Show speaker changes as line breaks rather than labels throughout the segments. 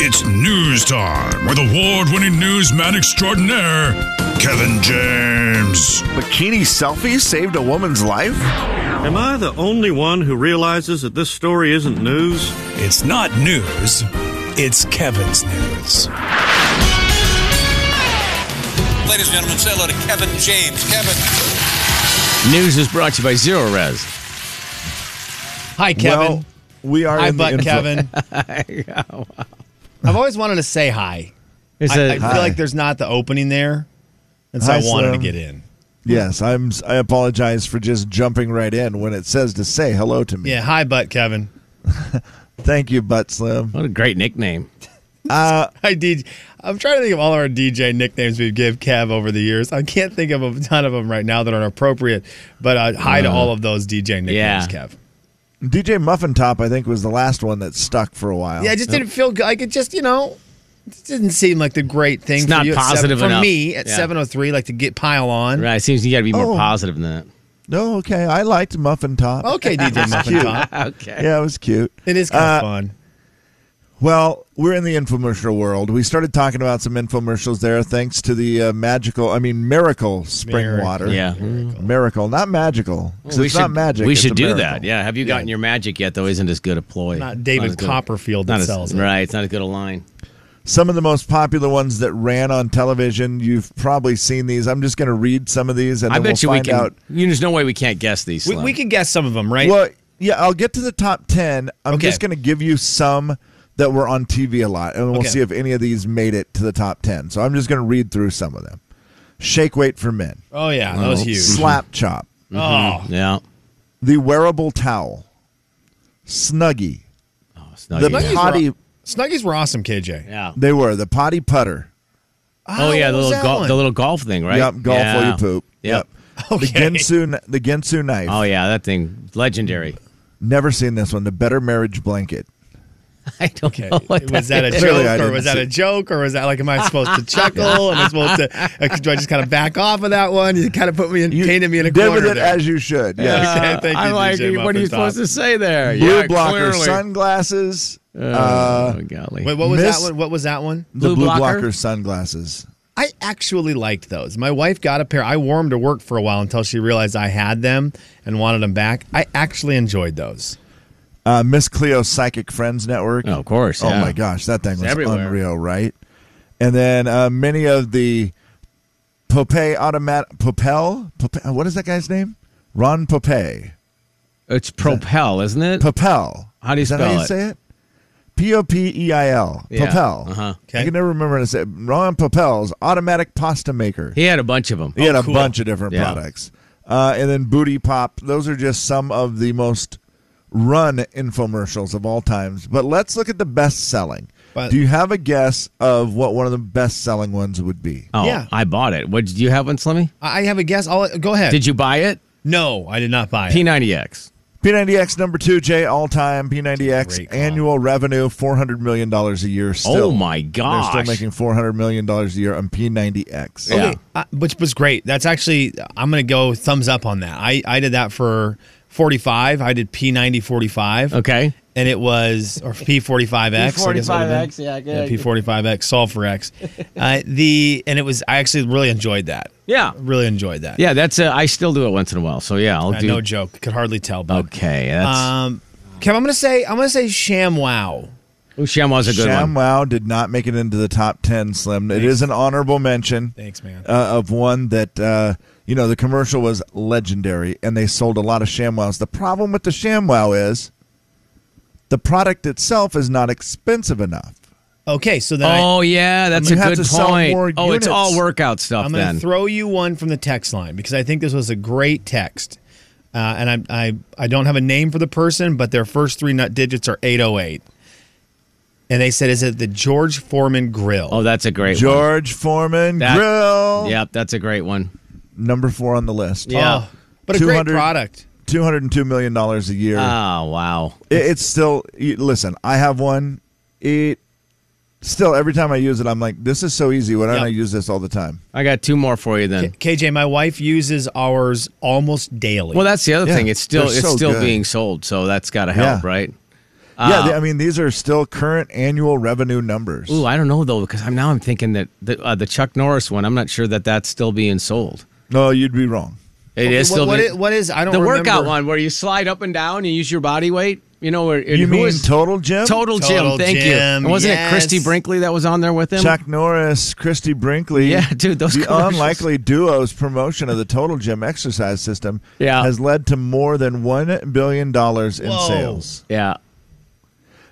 It's news time with award winning newsman extraordinaire, Kevin James.
Bikini selfie saved a woman's life?
Am I the only one who realizes that this story isn't news?
It's not news, it's Kevin's news.
Ladies and gentlemen, say hello to Kevin James. Kevin.
News is brought to you by Zero Res.
Hi, Kevin.
Well, Oh, we are
hi,
in the
Butt
info-
Kevin. I've always wanted to say hi.
It's
I,
a-
I feel like there's not the opening there, and so
Hi,
I wanted
Slim.
to get in.
Yes, I'm. I apologize for just jumping right in when it says to say hello to me.
Yeah, hi, Butt Kevin.
Thank you, Butt Slim.
what a great nickname.
Hi, DJ. I'm trying to think of all of our DJ nicknames we've give Kev over the years. I can't think of a ton of them right now that are appropriate, but uh, hi to all of those DJ nicknames,
Uh-huh. yeah.
Kev.
DJ Muffin Top, I think, was the last one that stuck for a while.
Yeah, I just didn't feel good. Like it just, you know, it didn't seem like the great thing
It's
for
not
you at
positive
seven, for
enough.
me at
Yeah.
7:03, like to get pile on.
Right, it seems you got to be more
Oh.
positive than
No, okay. I liked Muffin Top.
Okay, DJ Muffin Top.
that. Okay.
Yeah, it was cute.
It is kind
Uh,
of fun.
Well, we're in the infomercial world. We started talking about some infomercials there, thanks to the uh, magical, I mean, miracle spring
Miracle.
water.
Yeah.
Miracle, not magical. 'cause
we
it's
should,
not magic.
We
it's
should
a
do
miracle.
that. Yeah. Have you gotten your magic yet, though? Isn't as good a ploy.
Not David
as good-
Copperfield that
not as-
sells it.
Right. It's not as good a line.
Some of the most popular ones that ran on television. You've probably seen these. I'm just going to read some of these, and
I
then
bet
we'll
you we
find
can.
out.
You, there's no way we can't guess these.
We,
Slim.
we can guess some of them, right?
Well, yeah, I'll get to the top ten. I'm
Okay.
just going to give you some that were on TV a lot, and we'll
Okay.
see if any of these made it to the top ten. So I'm just going to read through some of them. Shake weight for men.
oh yeah, that was huge.
Mm-hmm.
Slap chop.
Oh,
Yeah.
The wearable towel. Snuggie.
Oh, it's
The
not
Snuggies
good.
were-
potty.
Snuggies were awesome, KJ.
yeah.
They were the potty putter.
Oh, yeah. The
what
little
was that
golf.
one?
The little golf thing, right?
Yep. Golf
yeah.
while you poop.
Yep.
The
Okay.
Gensu, kn- the Gensu knife.
Oh yeah, that thing legendary.
Never seen this one. The better marriage blanket.
I don't
Okay.
know. What
Was that a
Oh, is.
Clearly I
joke, or
didn't
was that
see-
a joke, or was that like, am I supposed to chuckle? Am I supposed to? uh, Do I just kind of back off of that one? You kind of put me in,
You
painted me in a
did
corner
with it
there.
as you should. Yes.
Okay, thank you,
I'm Uh, like,
DJ
what are you
Muffin Top.
supposed to say there?
Blue
yeah,
blocker Uh,
clearly.
sunglasses.
oh, golly.
Wait, what was
Miss-
that one? What was that one?
the
Blue
blue blocker?
blocker?
sunglasses.
I actually liked those. My wife got a pair. I wore them to work for a while until she realized I had them and wanted them back. I actually enjoyed those.
Uh, Miss Cleo's Psychic Friends Network.
Oh, of course,
Oh
yeah.
my gosh, that thing was
everywhere.
unreal, right? And then uh, many of the Popeye automatic Popel. Popel. What is that guy's name? Ron Popeye.
It's propel, isn't it?
Popel.
How do you
is that
spell
how you
it?
say it? P O P E I L.
Yeah,
Popel.
uh-huh.
I can never remember how to say it. Ron Popel's automatic pasta maker.
he had a bunch of them.
He had a
Oh,
bunch of different
Oh, Yeah.
products. Uh, and then Booty Pop. Those are just some of the most run infomercials of all times. But let's look at the best selling.
But-
Do you have a guess of what one of the best selling ones would be?
Oh,
Yeah.
I bought it. What did you have one, Slimmy?
I I have a guess. I'll go ahead.
Did you buy it?
No, I did not buy it.
P90X.
P90X number two, Jay, all time. P90X
Great call.
annual revenue $400 million a year. Still.
oh my
They're
gosh!
still making $400 million a year on P90X.
Yeah.
Okay, uh, which was great. That's actually I'm gonna go thumbs up on that. I I did that for 45. I did P90 45.
okay.
and it was or P45X. I guess it would've been.
P45X, yeah,
yeah,
good.
P45X, Sulfur X. Uh, the and it was I actually really enjoyed that.
Yeah,
Really enjoyed that.
yeah. That's uh, I still do it once in a while. So yeah, I'll
Uh,
do.
no joke. Could hardly tell. But
okay, that's
um, Kev, I'm gonna say I'm gonna say Sham Wow.
Ooh, Shamwow's a good
Sham
one.
Wow did not make it into the top 10, Slim. It is an honorable mention.
Thanks, man.
Uh, of one that, uh, you know, the commercial was legendary and they sold a lot of ShamWows. The problem with the ShamWow is the product itself is not expensive enough.
Okay, so then
Oh yeah, that's
You
a
have
good
to
point.
sell more
oh, it's all
units.
workout
I,
stuff
I'm
then.
gonna throw you one from the text line because I think this was a great text. Uh, and I, I I don't have a name for the person, but their first three nut digits are 808. And they said, "Is it the George Foreman Grill?"
oh, that's a great one.
George Foreman
That-
Grill.
Yep, that's a great one.
Number four on the list.
Yeah.
Oh, but a great
200
product.
$202 million a year.
Oh wow.
It- it's still, you- listen, I have one. It still, every time I use it, I'm like, this is so easy. Why don't
Yeah.
I use this all the time?
I got two more for you then.
KJ, my wife uses ours almost daily.
Well, that's the other
Yeah,
thing. It's still
they're
it's
so
still
good.
being sold, so that's got to help,
Yeah.
right?
yeah, they- I mean, these are still current annual revenue numbers.
Uh, Ooh, I don't know though, because I'm now I'm thinking that the uh, the Chuck Norris one. I'm not sure that that's still being sold.
no, you'd be wrong.
It is
what,
still
what
being-
is, what is I don't
the
remember.
workout one where you slide up and down and use your body weight. You know where
You
who
mean
is-
total gym?
total gym?
Total
thank you.
Gym,
And wasn't it Christy
yes.
Brinkley that was on there with him?
Chuck Norris, Christy Brinkley.
Yeah, dude, those
the
commercials.
unlikely duo's promotion of the total gym exercise system
Yeah.
has led to more than one billion dollars in
Whoa.
sales.
Yeah.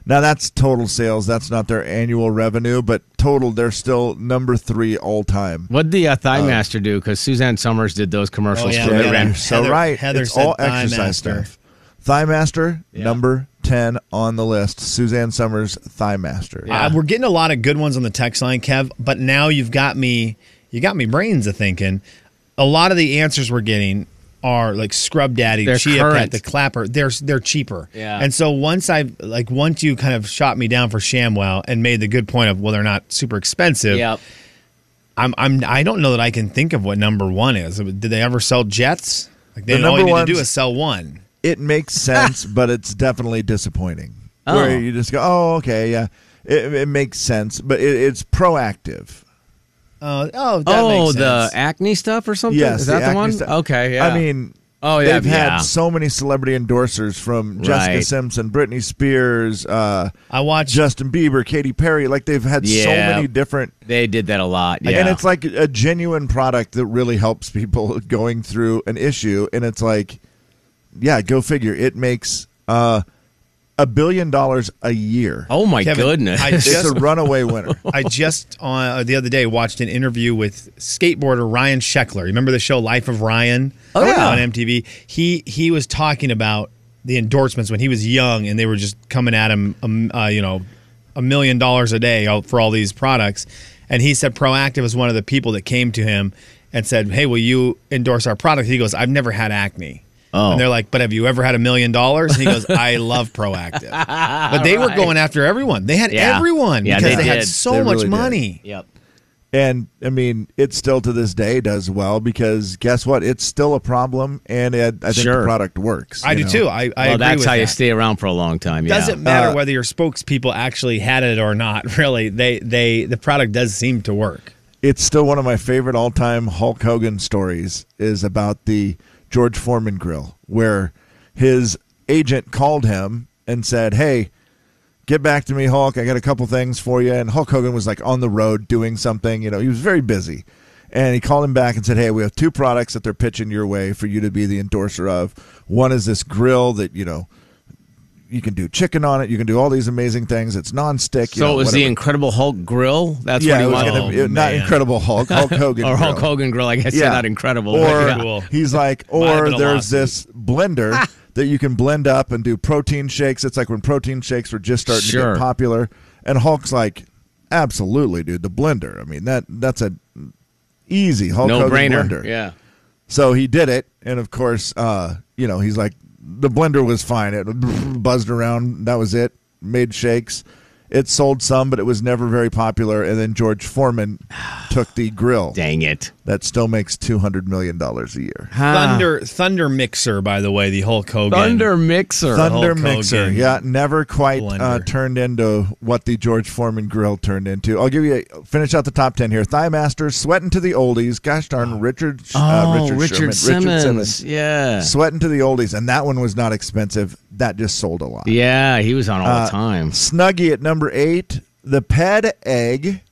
Now that's total sales. That's not their annual revenue, but total, they're still number three all time.
What would the uh, Thigh Master do? Because Suzanne Summers did those commercials
Oh, yeah.
for
Yeah.
the
You're
Ren-
so
Heather-
right.
Heather
it's
said
all
Thigh
exercise
Master.
stuff. Thigh Master, number ten on the list. Suzanne Summers, Thigh Master.
Uh,
Ah.
we're getting a lot of good ones on the text line, Kev. But now you've got me, you got me brains a thinking. A lot of the answers we're getting are like Scrub Daddy,
They're
Chia Pet,
current.
the Clapper. They're they're cheaper.
Yeah.
And so once I have like once you kind of shot me down for ShamWow and made the good point of well they're not super expensive.
Yep.
I'm I'm I don't know that I can think of what number one is. Did they ever sell jets? Like they
The
all you
number
need to do
ones-
is sell one.
it makes sense, but it's definitely disappointing.
Oh.
Where you just go, oh, okay, yeah, it, it makes sense, but it, it's proactive.
Oh oh that
Oh,
makes
the
sense.
acne stuff or something.
Yes,
is that the,
acne
one?
stuff.
Okay. Yeah.
I mean,
Oh, yeah,
they've
yeah.
had so many celebrity endorsers from Jessica
Right.
Simpson, Britney Spears, uh,
I watched
Justin Bieber, Katy Perry. Like they've had so
Yeah.
many different.
they did that a lot. Yeah.
And it's like a genuine product that really helps people going through an issue. And it's like, yeah, go figure. It makes uh, a billion dollars a year.
oh my
Kevin,
goodness.
I
It's
just
a runaway winner.
I just uh, the other day watched an interview with skateboarder Ryan Scheckler. Remember the show Life of Ryan?
Oh, yeah.
on MTV. He he was talking about the endorsements when he was young, and they were just coming at him, um, uh, you know, a million dollars a day out for all these products. And he said Proactive was one of the people that came to him and said, "Hey, will you endorse our product?" He goes, "I've never had acne."
Oh.
And they're like, but have you ever had a million dollars? And he goes, I love proactive. But they were going after everyone. They had
Yeah.
everyone
Yeah,
because
they
they, had
did.
so
They
much
really did.
money.
yep.
And I mean, it still to this day does well because guess what? It's still a problem, and it, I think
Sure.
the product works.
I
you
do
know?
too. I, I
well,
agree
that's
with
how
that.
you stay around for a long time. Yeah.
Doesn't matter
Uh,
whether your spokespeople actually had it or not. Really, they they the product does seem to work.
It's still one of my favorite all-time Hulk Hogan stories. Is about the George Foreman grill where his agent called him and said, "Hey." Get back to me, Hulk. I got a couple things for you. And Hulk Hogan was like on the road doing something. You know, he was very busy. And he called him back and said, Hey, we have two products that they're pitching your way for you to be the endorser of. One is this grill that, you know, you can do chicken on it. You can do all these amazing things. It's nonstick. you
So
know,
it was the
whatever.
Incredible Hulk grill. That's
yeah,
what he
it was
wanted.
gonna be- it- not
man.
Incredible Hulk, Hulk Hogan,
or Hulk
grill.
Hogan grill. I guess
Yeah.
they're not incredible.
Or
but yeah.
Cool.
he's like,
Might have
or
been a
there's
lawsuit.
this
Ah.
blender that you can blend up and do protein shakes. It's like when protein shakes were just starting to
Sure.
get popular, and Hulk's like, absolutely, dude, the blender. I mean that that's a easy Hulk
no
Hogan
brainer.
blender.
Yeah.
So he did it, and of course, uh, you know, he's like, the blender was fine. It buzzed around. That was it. Made shakes. It sold some, but it was never very popular. And then George Foreman took the grill
Dang it.
that still makes two hundred million dollars a year.
Thunder Thunder Mixer, by the way, the Hulk Hogan.
Ah. Thunder mixer.
Thunder
Hulk
mixer,
Hogan
yeah, never quite uh,
blender.
turned into what the George Foreman grill turned into. I'll give you a, finish out the top ten here. Thigh Master, sweating to the oldies. Gosh darn, Richard, uh,
Oh,
Richard,
Richard,
Sherman,
Simmons.
Richard Simmons.
Yeah.
Sweating to the oldies, and that one was not expensive. That just sold a lot.
Yeah, he was on all
Uh,
the time.
Snuggie at number eight, the pad egg.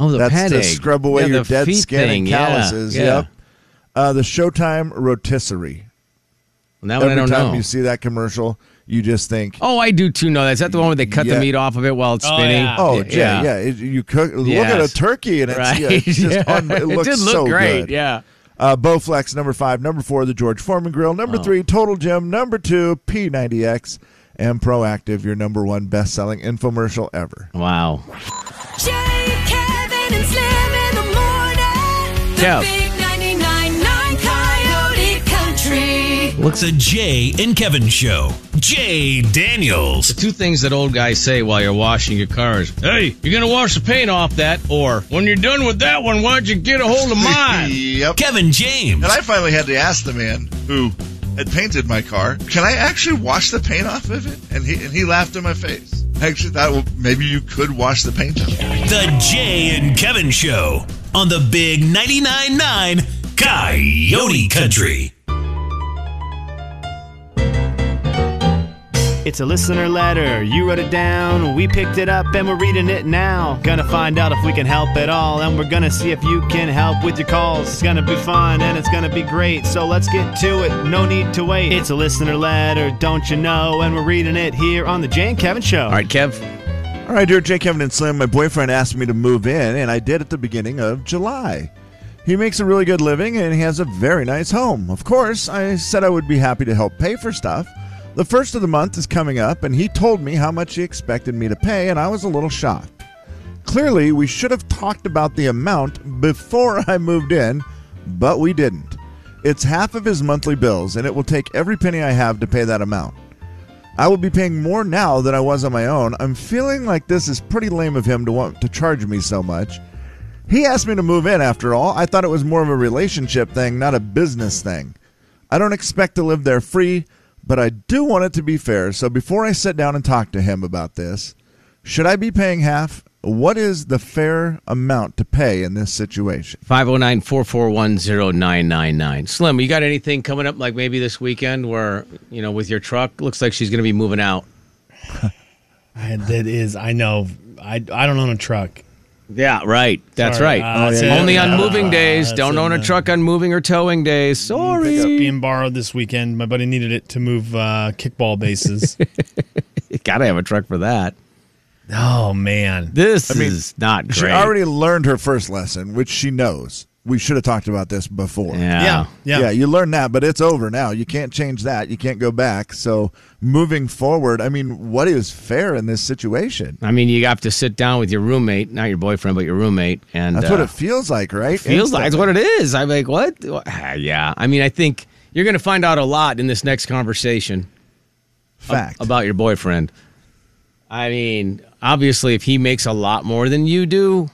Oh, the
That's
pad
to
egg.
scrub away
Yeah,
your
the
dead
feet
skin
thing.
and
Yeah,
calluses.
Yeah.
Yep. Uh, the Showtime rotisserie.
And that one
Every
Oh, I don't
time
know.
you see that commercial, you just think,
oh, I do too. No, that's that the one where they cut
Yeah.
the meat off of it while it's
Oh,
spinning.
yeah.
Oh yeah, yeah. It- you cook. Look at
Yes.
a turkey, and it's,
Right.
yeah, it's just
Yeah.
un- it looks
did look
so
great.
good.
Yeah.
Uh, Bowflex number five, number four, the George Foreman Grill, number three, Total Gym, number two, P90X, and Proactive, your number one best-selling infomercial ever.
Wow.
Jay, Kevin, and Slim in the morning. The
Kev.
big 99.9 Coyote Country.
The Jay and Kevin Show. Jay Daniels.
Two things that old guys say while you're washing your cars. Hey, you're gonna wash the paint off that, or when you're done with that one, why don't you get a hold of mine?
Yep.
Kevin James.
I finally had to ask the man who
had painted my car. Can I actually wash the paint off of it? And he and he laughed in my face. I actually thought, well, maybe you could wash the paint off.
The Jay and Kevin Show on the Big 99.9 9 Coyote Country.
It's a listener letter. You wrote it down. We picked it up and we're reading it now. Gonna find out if we can help at all. And we're gonna see if you can help with your calls. It's gonna be fun and it's gonna be great. So let's get to it. No need to wait. It's a listener letter, don't you know? And we're reading it here on The Jay and Kevin Show.
All right, Kev.
All right, dear Jay, Kevin, and Slim, my boyfriend asked me to move in, and I did at the beginning of July. He makes a really good living and he has a very nice home. Of course, I said I would be happy to help pay for stuff. The first of the month is coming up, and he told me how much he expected me to pay, and I was a little shocked. Clearly, we should have talked about the amount before I moved in, but we didn't. It's half of his monthly bills, and it will take every penny I have to pay that amount. I will be paying more now than I was on my own. I'm feeling like this is pretty lame of him to want to charge me so much. He asked me to move in after all. I thought it was more of a relationship thing, not a business thing. I don't expect to live there free, but I do want it to be fair. So before I sit down and talk to him about this, should I be paying half? What is the fair amount to pay in this situation?
509-441-0999. Slim, you got anything coming up like maybe this weekend where, you know, with your truck, looks like she's going to be moving out.
I, that is, I know. I, I don't own a truck.
Yeah, right. That's
Sorry.
right. Oh,
Uh, that's it.
Only on
Uh,
moving days.
that's
Don't
it,
own a
man.
truck on moving or towing days.
Mm,
Sorry.
It's being borrowed this weekend. My buddy needed it to move uh, kickball bases.
You got to have a truck for that.
oh man,
This is not great.
She already learned her first lesson, which she knows. We should have talked about this before.
yeah.
yeah, yeah.
Yeah, you learned that, but it's over now. You can't change that. You can't go back. So moving forward, I mean, what is fair in this situation?
I mean, you have to sit down with your roommate, not your boyfriend, but your roommate. And
That's what
uh,
it feels like, right?
feels like. That's what it is. I'm like, what? Ah, Yeah. I mean, I think you're going to find out a lot in this next conversation.
Fact.
about your boyfriend. I mean, obviously, if he makes a lot more than you do,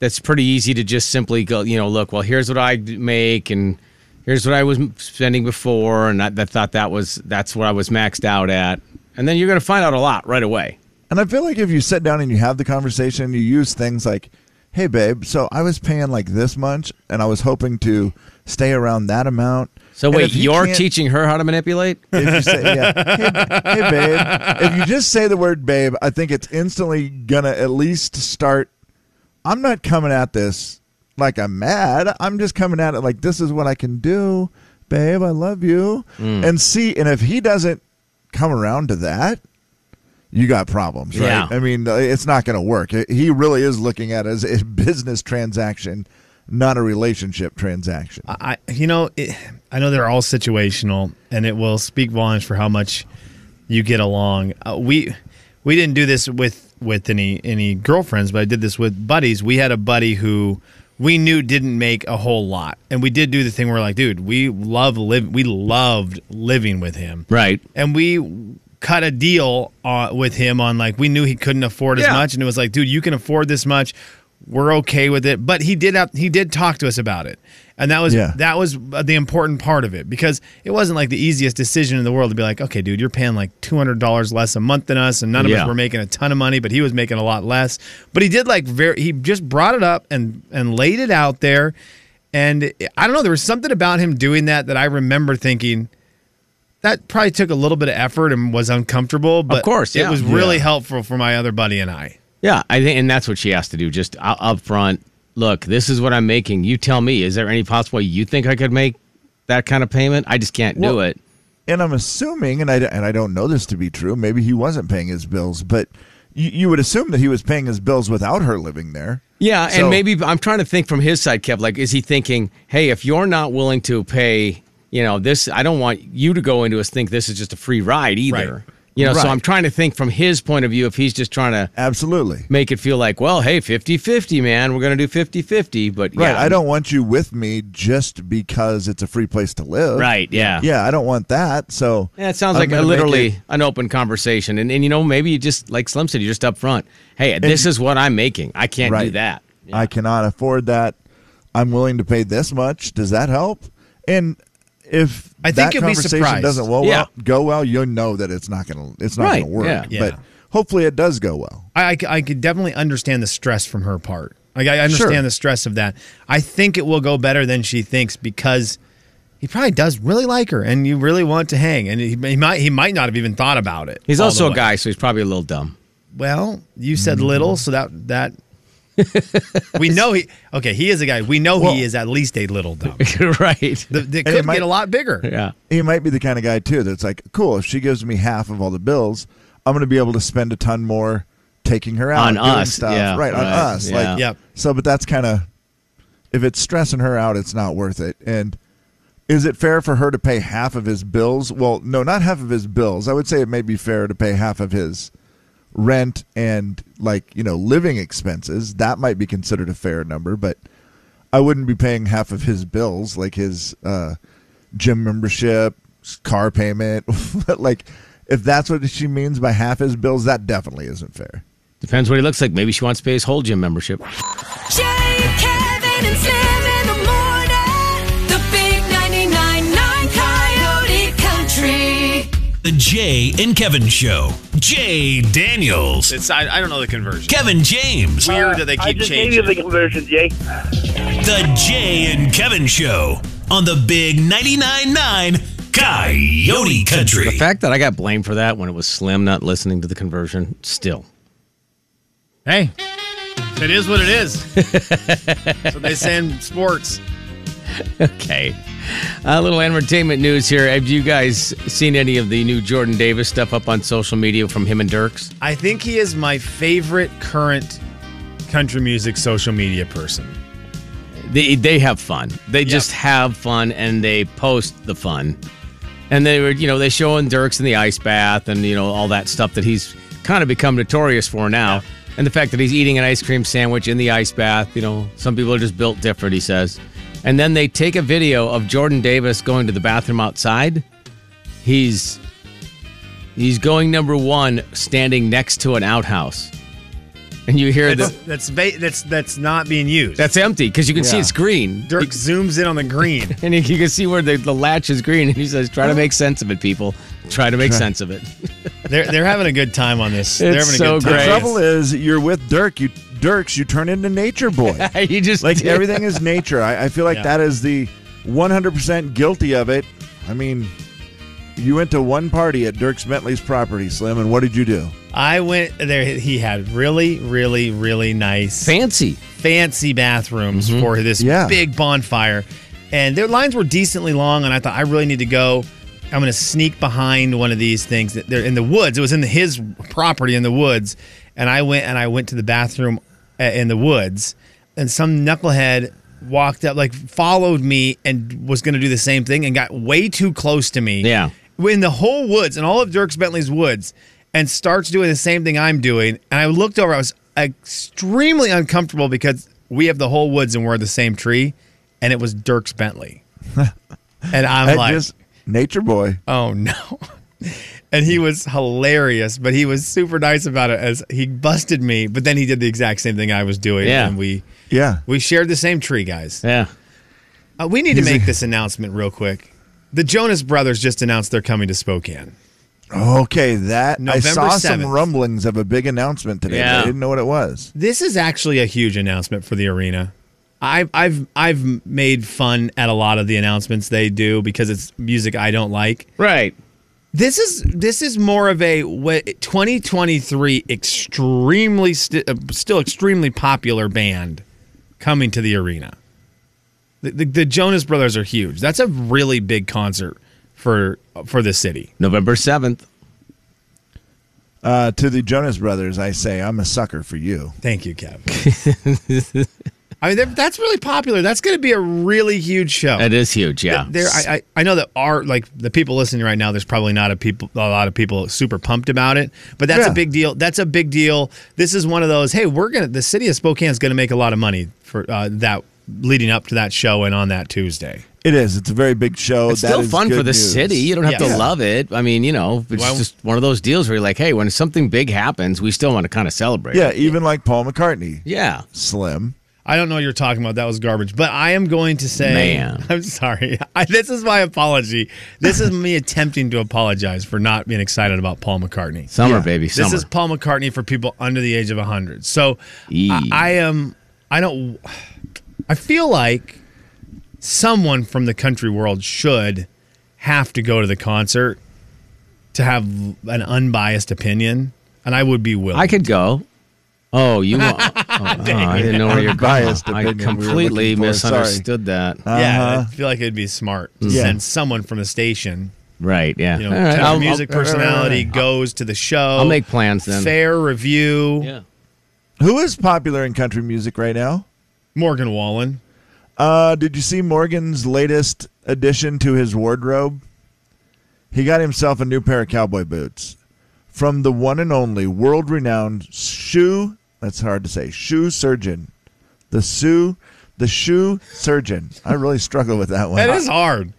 that's pretty easy to just simply go, you know, look, well, here's what I d- make, and here's what I was m- spending before, and I, I thought that was that's what I was maxed out at, and then you're going to find out a lot right away.
And I feel like if you sit down and you have the conversation, you use things like, hey, babe, so I was paying like this much and I was hoping to stay around that amount.
So
And
wait,
if you
you're
can't-
teaching her how to manipulate?
If you say, yeah, hey, hey, babe, if you just say the word babe, I think it's instantly going to at least start. I'm not coming at this like I'm mad. I'm just coming at it like this is what I can do, babe. I love you. And see, and if he doesn't come around to that, you got problems, right?
Yeah.
I mean, uh, it's not going to work. It- He really is looking at it as a business transaction, not a relationship transaction.
I, you know, it, I know they're all situational, and it will speak volumes for how much you get along. Uh, we we didn't do this with with any any girlfriends, but I did this with buddies. We had a buddy who we knew didn't make a whole lot, and we did do the thing where like, dude, we love live, we loved living with him,
Right.
and we cut a deal uh, with him on like we knew he couldn't afford as
Yeah.
much and it was like dude you can afford this much we're okay with it but he did have, he did talk to us about it and that was
Yeah.
that was uh, the important part of it because it wasn't like the easiest decision in the world to be like okay dude you're paying like $200 less a month than us and none of
Yeah.
us were making a ton of money but he was making a lot less but he did like very he just brought it up and and laid it out there and I don't know there was something about him doing that that I remember thinking that probably took a little bit of effort and was uncomfortable, but
course, yeah.
it was really helpful for my other buddy and I.
Yeah, I think, and that's what she has to do. Just u- up front, look, this is what I'm making. You tell me, is there any possible way you think I could make that kind of payment? I just can't do
Well,
it.
and I'm assuming, and I and I don't know this to be true. Maybe he wasn't paying his bills, but you, you would assume that he was paying his bills without her living there.
Yeah,
So-
and maybe I'm trying to think from his side, Kev. Like, is he thinking, hey, if you're not willing to pay, you know, this, I don't want you to go into us think this is just a free ride either.
Right.
You know, so
Right.
I'm trying to think from his point of view if he's just trying to
Absolutely,
make it feel like, well, hey, 50 50, man, we're going to do 50 50. But
right.
yeah,
I don't want you with me just because it's a free place to live.
Right, yeah.
Yeah. I don't want that. So
Yeah, it sounds
I'm
like
gonna
a,
make
literally
it-
an open conversation. And, and, you know, maybe you just, like Slim said, you're just up front. Hey, this is what I'm making. I can't do
Right.
that.
I cannot afford that. I'm willing to pay this much. Does that help? And if
I think
that
you'll be
conversation
surprised.
doesn't well,
Yeah.
well- go well, you'll know that it's not gonna it's not
Right,
gonna work.
yeah.
But
Yeah.
hopefully it does go well.
I, I, c- I could definitely understand the stress from her part. Like I understand
Sure.
the stress of that. I think it will go better than she thinks because he probably does really like her, and you really want to hang. And he, he might he might not have even thought about it.
He's
all
also
the
a
way.
guy, so he's probably a little dumb.
Well, you said little, so that that we know he okay. He is a guy. We know he is at least a little dumb.
right.
The, they
And it
could
might-
get a lot bigger.
He might be the kind of guy too that's like, cool, if she gives me half of all the bills, I'm gonna be able to spend a ton more taking her out
On
doing
us,
stuff.
yeah,
right, on
right,
us.
yeah.
Like
Yep.
so but that's kinda if it's stressing her out, it's not worth it. And is it fair for her to pay half of his bills? Well, no, not half of his bills. I would say it may be fair to pay half of his rent and like, you know, living expenses. That might be considered a fair number, but I wouldn't be paying half of his bills, like his uh gym membership, s- car payment, like if that's what she means by half his bills, that definitely isn't fair.
Depends what he looks like. Maybe she wants to pay his whole gym membership.
Jay, Kevin, and Slim in the morning. The big 99.9 Coyote Country.
The Jay and Kevin Show. Jay Daniels.
It's I, I don't know the conversion.
Kevin James.
Weird that they keep changing.
the conversion, Jay.
The Jay and Kevin Show on the Big 99.9 9 Coyote Country.
The fact that I got blamed for that when it was Slim not listening to the conversion, still.
Hey, it is what it is. so they say in sports.
Okay. A little entertainment news here. Have you guys seen any of the new Jordan Davis stuff up on social media from him and Dirks?
I think he is my favorite current country music social media person.
They, they have fun. They just have fun and they post the fun. And they were, you know, they show in Dirks in the ice bath and, you know, all that stuff that he's kind of become notorious for now. And the fact that he's eating an ice cream sandwich in the ice bath, you know, some people are just built different, he says. And then they take a video of Jordan Davis going to the bathroom outside. He's he's going number one, standing next to an outhouse. And you hear
That's
the
that's, va- that's that's not being used.
that's empty because you can see
Yeah.
it's green.
Dirk zooms in on the green.
and you can see where the, the latch is green. And he says, "Try to make sense of it, people. Try to make
Try-
sense of it."
they're they're having a good time on this. they're
It's
having
so
a good time.
The trouble is, you're with Dirk. You Dirks, you turn into nature boy.
you just
like
did.
everything is nature. I, I feel like
Yeah.
that is the 100% guilty of it. I mean, you went to one party at Dirks Bentley's property, Slim, and what did you do?
I went there. He had really, really, really nice,
fancy,
fancy bathrooms for this
Yeah.
big bonfire, and their lines were decently long. And I thought I really need to go. I'm going to sneak behind one of these things. that- They're in the woods. It was in the, his property in the woods, and I went and I went to the bathroom uh, in the woods, and some knucklehead walked up, like followed me, and was going to do the same thing, and got way too close to me.
Yeah.
in the whole woods and all of Dirks Bentley's woods and starts doing the same thing I'm doing. And I looked over, I was extremely uncomfortable because we have the whole woods and we're the same tree. And it was Dirks Bentley. and I'm
That
like,
just- nature boy.
oh no. And he was hilarious, but he was super nice about it as he busted me, but then he did the exact same thing I was doing.
Yeah.
And we
Yeah.
we shared the same tree, guys.
Yeah.
Uh, we need
He's
to
a-
make this announcement real quick. The Jonas Brothers just announced they're coming to Spokane.
Okay, that I
November
saw some
7th.
rumblings of a big announcement today. but
Yeah.
I didn't know what it was.
This is actually a huge announcement for the arena. I've I've I've made fun at a lot of the announcements they do because it's music I don't like.
Right.
This is this is more of a wa- 2023 extremely st- uh, still extremely popular band coming to the arena. The, the, the Jonas Brothers are huge. That's a really big concert for for the city.
November seventh.
Uh, to the Jonas Brothers, I say I'm a sucker for you.
Thank you, Kev. I mean, that- that's really popular. That's going to be a really huge show.
It is huge. Yeah.
there I, I I know that are like the people listening right now there's probably not a people a lot of people super pumped about it but that's
Yeah.
a big deal that's a big deal this is one of those hey we're gonna the city of Spokane's gonna make a lot of money for uh, that leading up to that show and on that Tuesday
It is. It's a very big show.
it's
That
still
is
fun
good
for the
news.
city. You don't have
Yeah.
to love it. I mean, you know, it's
Well-
just one of those deals where you're like, hey, when something big happens, we still want to kind of celebrate.
Yeah, even like Paul McCartney.
Yeah.
Slim.
I don't know what you're talking about. That was garbage. But I am going to say,
Man.
I'm sorry. I, this is my apology. This is me attempting to apologize for not being excited about Paul McCartney.
Summer, baby,
This
summer.
is Paul McCartney for people under the age of 100. So I, I am, I don't, I feel like someone from the country world should have to go to the concert to have an unbiased opinion. And I would be willing.
I could go. Oh, you? want- oh, I didn't know where you're going.
Biased
I
opinion we were
completely
looking for, sorry.
misunderstood that.
Yeah,
Uh-huh.
I feel like it'd be smart to
Yeah.
send someone from the station.
Right? Yeah.
You
All
know,
right,
country
I'll- I'll-
music
all right, all right, all right.
personality goes to the show.
I'll make plans then.
Fair review.
Yeah.
Who is popular in country music right now?
Morgan Wallen.
Uh, did you see Morgan's latest addition to his wardrobe? He got himself a new pair of cowboy boots from the one and only world renowned shoe, that's hard to say, shoe surgeon. The shoe, the shoe surgeon. I really struggle with that one.
That is hard.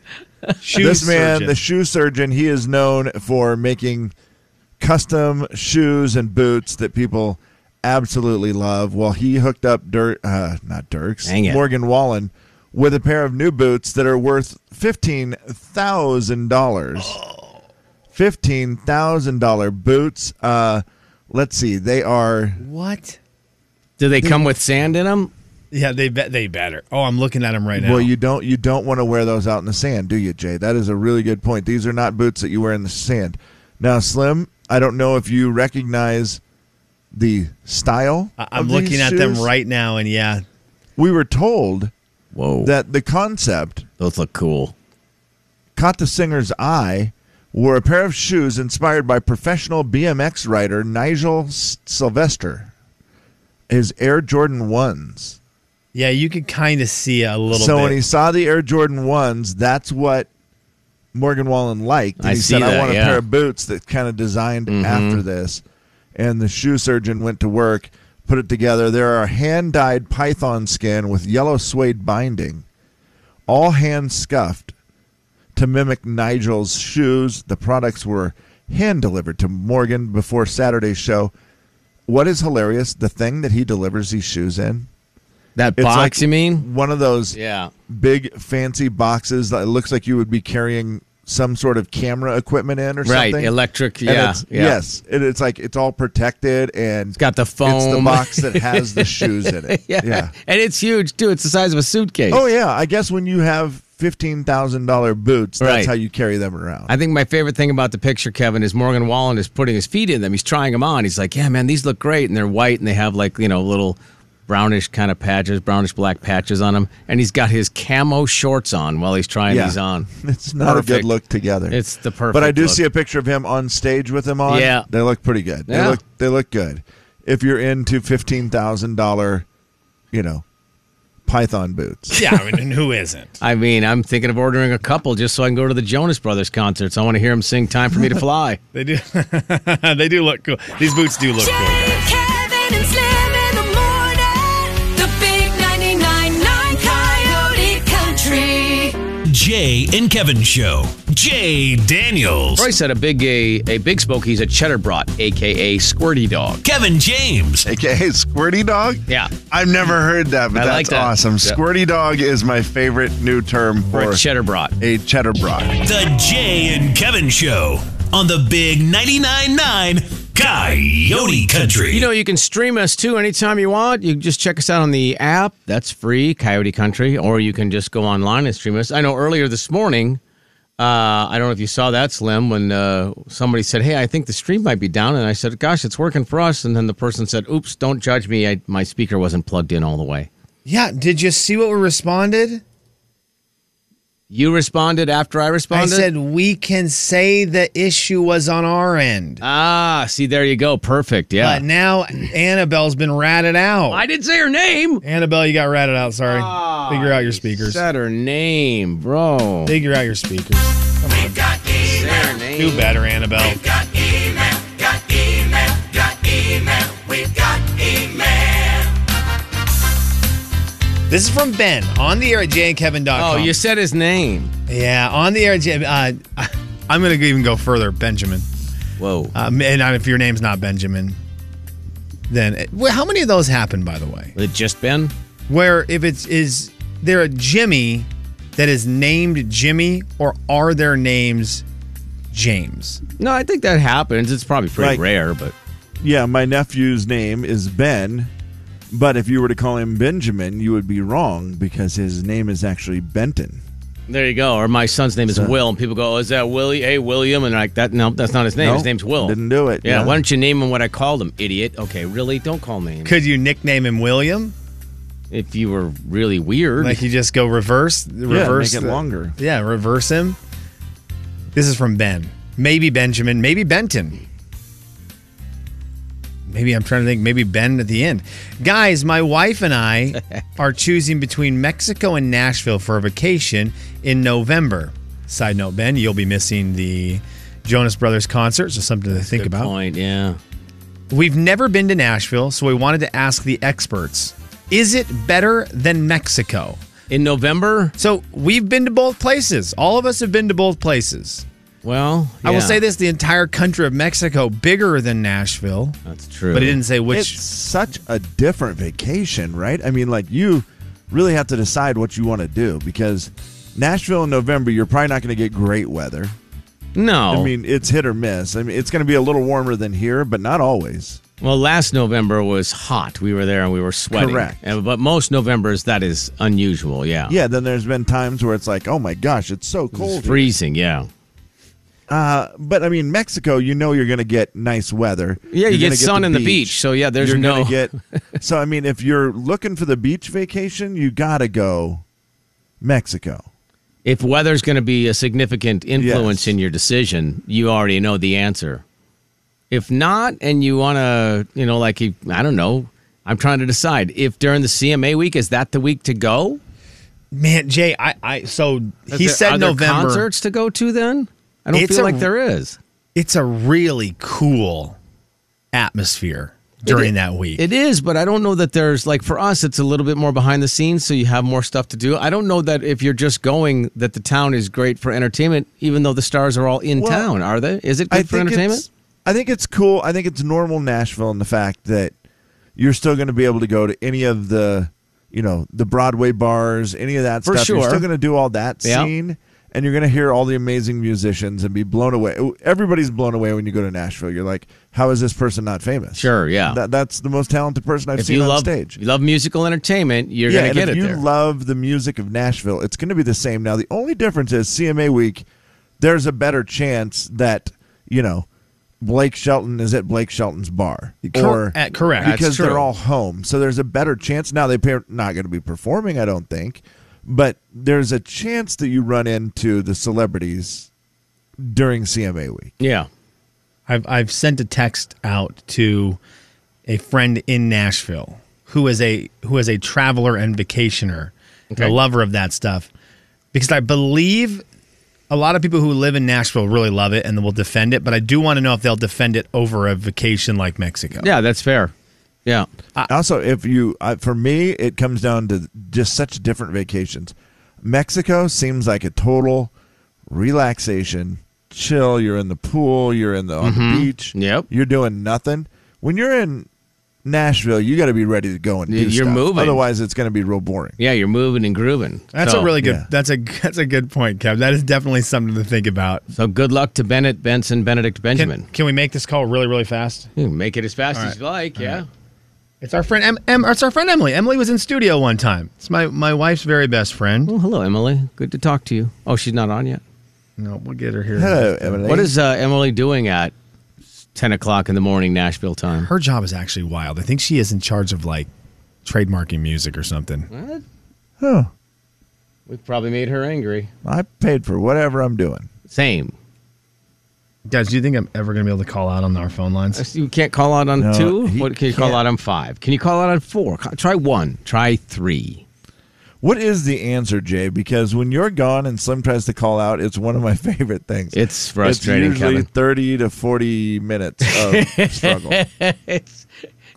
Shoe
this man,
surgeon.
the shoe surgeon, he is known for making custom shoes and boots that people absolutely love. Well, he hooked up Dirk, uh, not Dirks,
Dang it.
Morgan Wallen, with a pair of new boots that are worth fifteen thousand dollars. Fifteen thousand dollar boots. Uh, let's see, they are
what?
Do they come with sand in them?
Yeah, they bet they better. Oh, I'm looking at him right now.
Well, you don't you don't want to wear those out in the sand, do you, Jay? That is a really good point. These are not boots that you wear in the sand. Now, Slim, I don't know if you recognize the style.
I- I'm
of
looking
these
at them
shoes.
right now, and yeah,
We were told
Whoa,
that the concept
those look cool.
caught the singer's eye. Were a pair of shoes inspired by professional BMX rider Nigel S- Sylvester. His Air Jordan ones.
yeah, you could kind of see a little.
so
bit.
when he saw the Air Jordan ones, that's what Morgan Wallen liked. And
I
he
see
said, "I
that,
want a
yeah. Mm-hmm.
pair of boots that kind of designed after this." And the shoe surgeon went to work, put it together. There are hand dyed python skin with yellow suede binding, all hand scuffed to mimic Nigel's shoes. The products were hand delivered to Morgan before Saturday's show. What is hilarious? The thing that he delivers these shoes in.
That
It's
box,
like
you mean?
One of those
Yeah.
big fancy boxes that it looks like you would be carrying some sort of camera equipment in or
Right,
something.
electric,
And
yeah,
it's-
yeah.
Yes. It, it's like it's all protected and it's
got the
It's the
foam.
box that has the shoes in it.
Yeah. And it's huge too. It's the size of a suitcase.
Oh yeah. I guess when you have fifteen thousand dollar boots, that's
Right.
how you carry them around.
I think my favorite thing about the picture, Kevin, is Morgan Wallen is putting his feet in them. He's trying them on. He's like, "Yeah, man, these look great," and they're white, and they have like you know little brownish kind of patches, brownish black patches on them. And he's got his camo shorts on while he's trying
Yeah.
these on.
it's not a
Perfect.
good look together.
It's the perfect.
But I do
look.
see a picture of him on stage with them on.
Yeah.
They look pretty good. They
Yeah.
look they look good. If you're into fifteen thousand dollar, you know, Python boots.
yeah, I mean, who isn't?
I mean, I'm thinking of ordering a couple just so I can go to the Jonas Brothers concerts. I want to hear them sing "Time for Me to Fly."
They do. they do look cool. These boots do look cool.
Jay,
guys.
Kevin, and Slim in the morning. The big 99.9 Coyote Country.
Jay and Kevin Show. Jay Daniels.
Royce had a big a, a big smoke. He's a cheddar brat, aka Squirty Dog.
Kevin James.
AKA Squirty Dog?
Yeah.
I've never heard that, but
I
that's
like that.
awesome.
Yeah.
Squirty Dog is my favorite new term
Or
for
a cheddar brat.
a cheddar brock.
The Jay and Kevin Show on the Big 99.9 9 Coyote Country.
You know, you can stream us too anytime you want. You can just check us out on the app. That's free, Coyote Country, or you can just go online and stream us. I know earlier this morning, uh, I don't know if you saw that, Slim, when uh, somebody said, Hey, I think the stream might be down. And I said, Gosh, it's working for us. And then the person said, Oops, don't judge me. I, my speaker wasn't plugged in all the way.
Yeah. Did you see what we responded?
You responded after I
I
responded?
said we can say the issue was on our end.
Uh,
Ah, see, there you go. Perfect. Yeah.
But now Annabelle's been ratted out.
I Ah, didn't say her name.
Annabelle, you got ratted out. Sorry. Figure out your speakers.
Said her name, bro.
Figure out your speakers.
Say her name.
Do better, Annabelle. This is from Ben on the air at
Oh,
jankevin.com.
you said his name.
yeah, on the air at J- uh, I'm going to even go further, Benjamin.
Whoa.
Um, and uh, if your name's not Benjamin, then well, how many of those happened, by the way?
It just been?
Where if it's is there a Jimmy that is named Jimmy or are their names James?
No, I think that happens. It's probably pretty rare, but
yeah, my nephew's name is Ben, but if you were to call him Benjamin, you would be wrong because his name is actually Benton.
there you go. Or my son's name is
So-
Will, and people go, oh, "Is that Willie? Hey, William?" And like that. No, that's not his name. his
Nope,
name's Will.
Didn't do it.
yeah, why don't you name him what I called him, idiot? Okay, really? Don't call names.
Could you nickname him William?
If you were really weird,
Like you just go reverse, reverse the- Yeah, reverse him. This is from Ben. Maybe Benjamin, maybe Benton. Maybe I'm trying to think, maybe Ben at the end. Guys, my wife and I are choosing between Mexico and Nashville for a vacation in November. Side note, Ben, you'll be missing the Jonas Brothers concert, so something to think
Good
about.
point. Yeah.
We've never been to Nashville, so we wanted to ask the experts is it better than Mexico?
In November?
So we've been to both places. All of us have been to both places.
Well,
I will
yeah.
say this the entire country of Mexico bigger than Nashville.
That's true.
But it didn't say which.
It's such a different vacation, right? I mean, like you really have to decide what you want to do because Nashville in November, you're probably not going to get great weather.
No.
I mean, it's hit or miss. I mean, it's going to be a little warmer than here, but not always.
Well, last November was hot. We were there and we were sweating.
Correct.
And- but most Novembers, that is unusual. Yeah.
Yeah, then there's been times where it's like, oh my gosh, it's so cold.
It's freezing. Yeah.
Uh, but I mean, Mexico, you know, you're going to get nice weather.
Yeah, you
You're
get
gonna
sun and the beach, so yeah, there's
You're
no-
gonna get. so I mean, if you're looking for the beach vacation, you got to go Mexico.
If weather's going to be a significant influence in your decision, you already know the answer. If not, and you want to, you know, like, you- I don't know, I'm trying to decide if during the CMA week, is that the week to go?
Man, Jay, I, I so
Is
he
there-
said
are there
November.
concerts to go to then? I don't
It's
feel
a-
like there is.
It's a really cool atmosphere during
It-
that week.
It is, but I don't know that there's like for us, it's a little bit more behind the scenes, so you have more stuff to do. I don't know that if you're just going, that the town is great for entertainment, even though the stars are all in
Well,
town. Are they? Is it good for entertainment?
It's, I think it's cool. I think it's normal Nashville in the fact that you're still going to be able to go to any of the, you know, the Broadway bars, any of that
For
stuff. You're
sure.
still going to do all that
Yeah.
scene, and you're going to hear all the amazing musicians and be blown away. Everybody's blown away when you go to Nashville. You're like, how is this person not famous?
Sure, yeah.
That, that's the most talented person I've
if
seen
you
on
love
stage.
you love musical entertainment, you're
yeah,
gonna
and
get
if
it
you
there.
love the music of Nashville, it's going to be the same. Now, the only difference is CMA week. There's a better chance that you know Blake Shelton is at Blake Shelton's bar,
Cor- uh, correct. That's
because
true.
they're all home. So there's a better chance. Now they're not going to be performing, I don't think, but there's a chance that you run into the celebrities during CMA week.
yeah.
I've I've sent a text out to a friend in Nashville who is a who is a traveler and vacationer,
Okay.
a lover of that stuff, because I believe a lot of people who live in Nashville really love it and will defend it. But I do want to know if they'll defend it over a vacation like Mexico.
Yeah, that's fair. Yeah.
also, if you, uh, for me, it comes down to just such different vacations. Mexico seems like a total relaxation, chill. You're in the pool, you're in the, on the beach,
Mm-hmm. Yep.
you're doing nothing. When you're in Nashville, you got to be ready to go and do
Y- you're
stuff.
moving.
Otherwise, it's going to be real boring.
Yeah, you're moving and grooving.
That's
So-
a really good.
yeah.
That's a that's a good point, Kev. That is definitely something to think about.
So good luck to Bennett Benson Benedict Benjamin.
Can, can we make this call really really fast?
You can make it as fast
All
as you like. Yeah.
It's our friend em, em, It's our friend Emily. Emily was in studio one time. It's my my wife's very best friend.
Well, Oh, hello, Emily. Good to talk to you. Oh, she's not on yet.
No, we'll get her here.
Hello, Emily.
What is uh, Emily doing at 10 o'clock in the morning, Nashville time?
Her job is actually wild. I think she is in charge of like trademarking music or something.
What?
Huh.
We probably made her angry.
I paid for whatever I'm doing.
Same.
Guys, do you think I'm ever gonna be able to call out on our phone lines?
You can't call out on
No,
two?
he
What can you call
can't.
out on five? Can you call out on four? Co- Try one. Try three.
What is the answer, Jay? Because when you're gone and Slim tries to call out, it's one of my favorite things.
It's frustrating,
It's usually
Kevin. Oh,
thirty to forty minutes of struggle.
it's,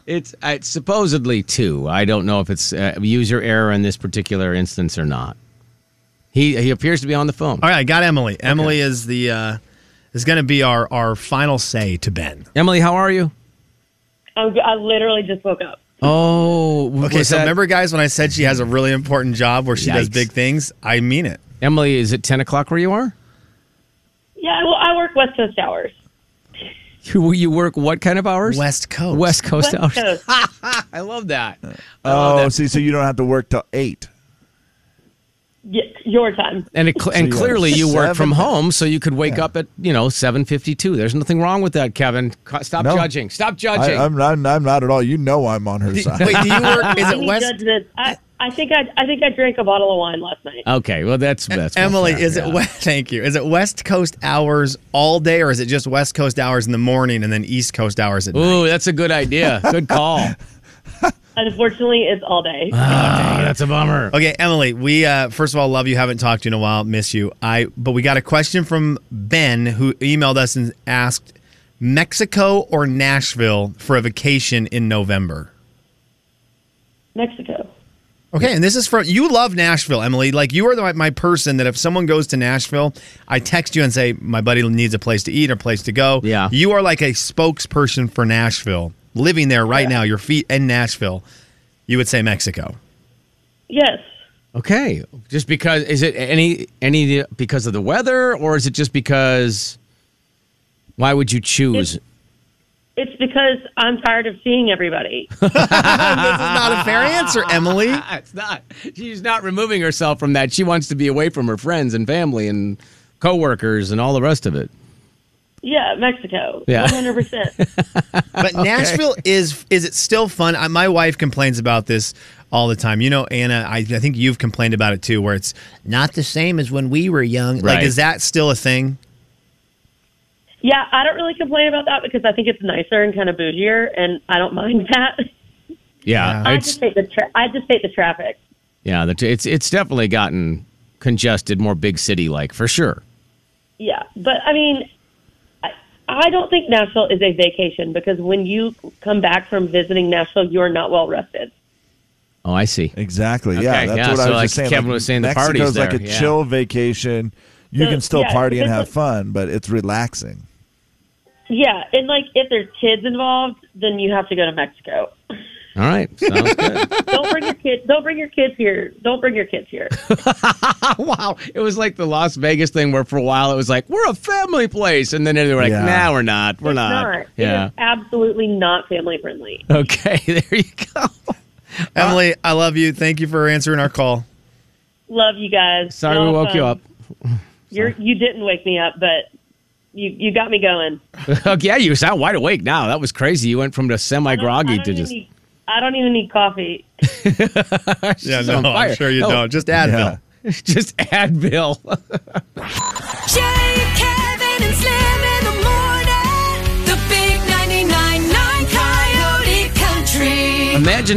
it's, it's supposedly two. I don't know if it's uh, user error in this particular instance or not. He, he appears to be on the phone.
All right, I got Emily. Emily is the uh is gonna be our our final say to Ben.
Emily, how are you?
I'm, I Oh, literally just woke up.
Oh,
okay.
was
So
that-
remember, guys, when I said she has a really important job where she does
Yikes.
big things, I mean it.
Emily, is it ten o'clock where you are?
Yeah, well, I work West Coast hours.
You, you work what kind of hours? West
Coast.
West Coast
West
hours.
Coast.
I love that.
Oh, see, so you don't have to work till eight.
Y your time.
And it, cl-
So
and
you have
clearly you work from
seven-
home, so you could wake up at you know seven fifty two. There's nothing wrong with that, Kevin. Co- Stop
No.
judging. Stop
I,
judging.
I'm, I'm, I'm not at all. You know I'm on her side.
Any judgment. I, I think I, I think I drank a bottle of wine last night.
okay, well that's that's
Emily, is it West? Thank you. Is it West Coast hours all day, or is it just West Coast hours in the morning and then East Coast hours at night?
Ooh, that's a good idea. Good call.
Unfortunately, it's all day.
Uh, that's a bummer.
Okay, Emily, we uh, first of all love you. Haven't talked to you in a while. Miss you. I but we got a question from Ben who emailed us and asked Mexico or Nashville for a vacation in November.
Mexico.
Okay, and this is from you love Nashville, Emily. Like you are the, my person that if someone goes to Nashville, I text you and say my buddy needs a place to eat or a place to go. Yeah, you are like a spokesperson for Nashville, living there right now. Your feet in Nashville, you would say Mexico.
Yes.
Okay, just because is it any any because of the weather, or is it just because? Why would you choose?
It's because I'm tired of seeing everybody.
not a fair answer, Emily.
it's not. She's not removing herself from that. She wants to be away from her friends and family and coworkers and all the rest of it.
Yeah, Mexico.
Yeah.
100%.
But Nashville is is it still fun? I, my wife complains about this all the time. You know, Anna, I, I think you've complained about it too, where it's not the same as when we were young.
Right.
Like, is that still a thing?
yeah, I don't really complain about that because I think it's nicer and kind of bougier, and I don't mind that.
Yeah,
I
it's
just hate the tra- I just hate the traffic.
yeah. The, it's it's definitely gotten congested, more big city like for sure.
Yeah, but I mean, I, I don't think Nashville is a vacation because when you come back from visiting Nashville, you are not well rested.
Oh, I see.
Exactly. Yeah,
Okay,
that's what I
so
was
like
just saying.
Kevin
Like,
was saying the
Mexico's
parties
like
there.
a
yeah.
chill vacation. You
So,
can still
yeah,
party and have
because, like-
fun, but it's relaxing.
Yeah, and like if there's kids involved, then you have to go to Mexico.
All right. Sounds good.
Don't bring your kids. Don't bring your kids here. Don't bring your kids here.
wow. It was like the Las Vegas thing where for a while it was like, we're a family place. And then they were like,
Yeah.
nah, we're not. We're
It's
not.
not. It is
Yeah.
absolutely not family friendly.
Okay. There you go.
Emily,
Uh,
I love you. Thank you for answering our call.
Love you guys.
Sorry we
Y'all
woke you
fun.
up.
You're, you didn't wake me up, but you you got me going.
okay, yeah, you sound wide awake now. That was crazy. You went from the semi groggy to just.
I don't even need coffee.
Yeah,
She's on fire. No. just Advil.
Jay, Kevin, and Slim in the morning. The big 99.9 Coyote Country.
Imagine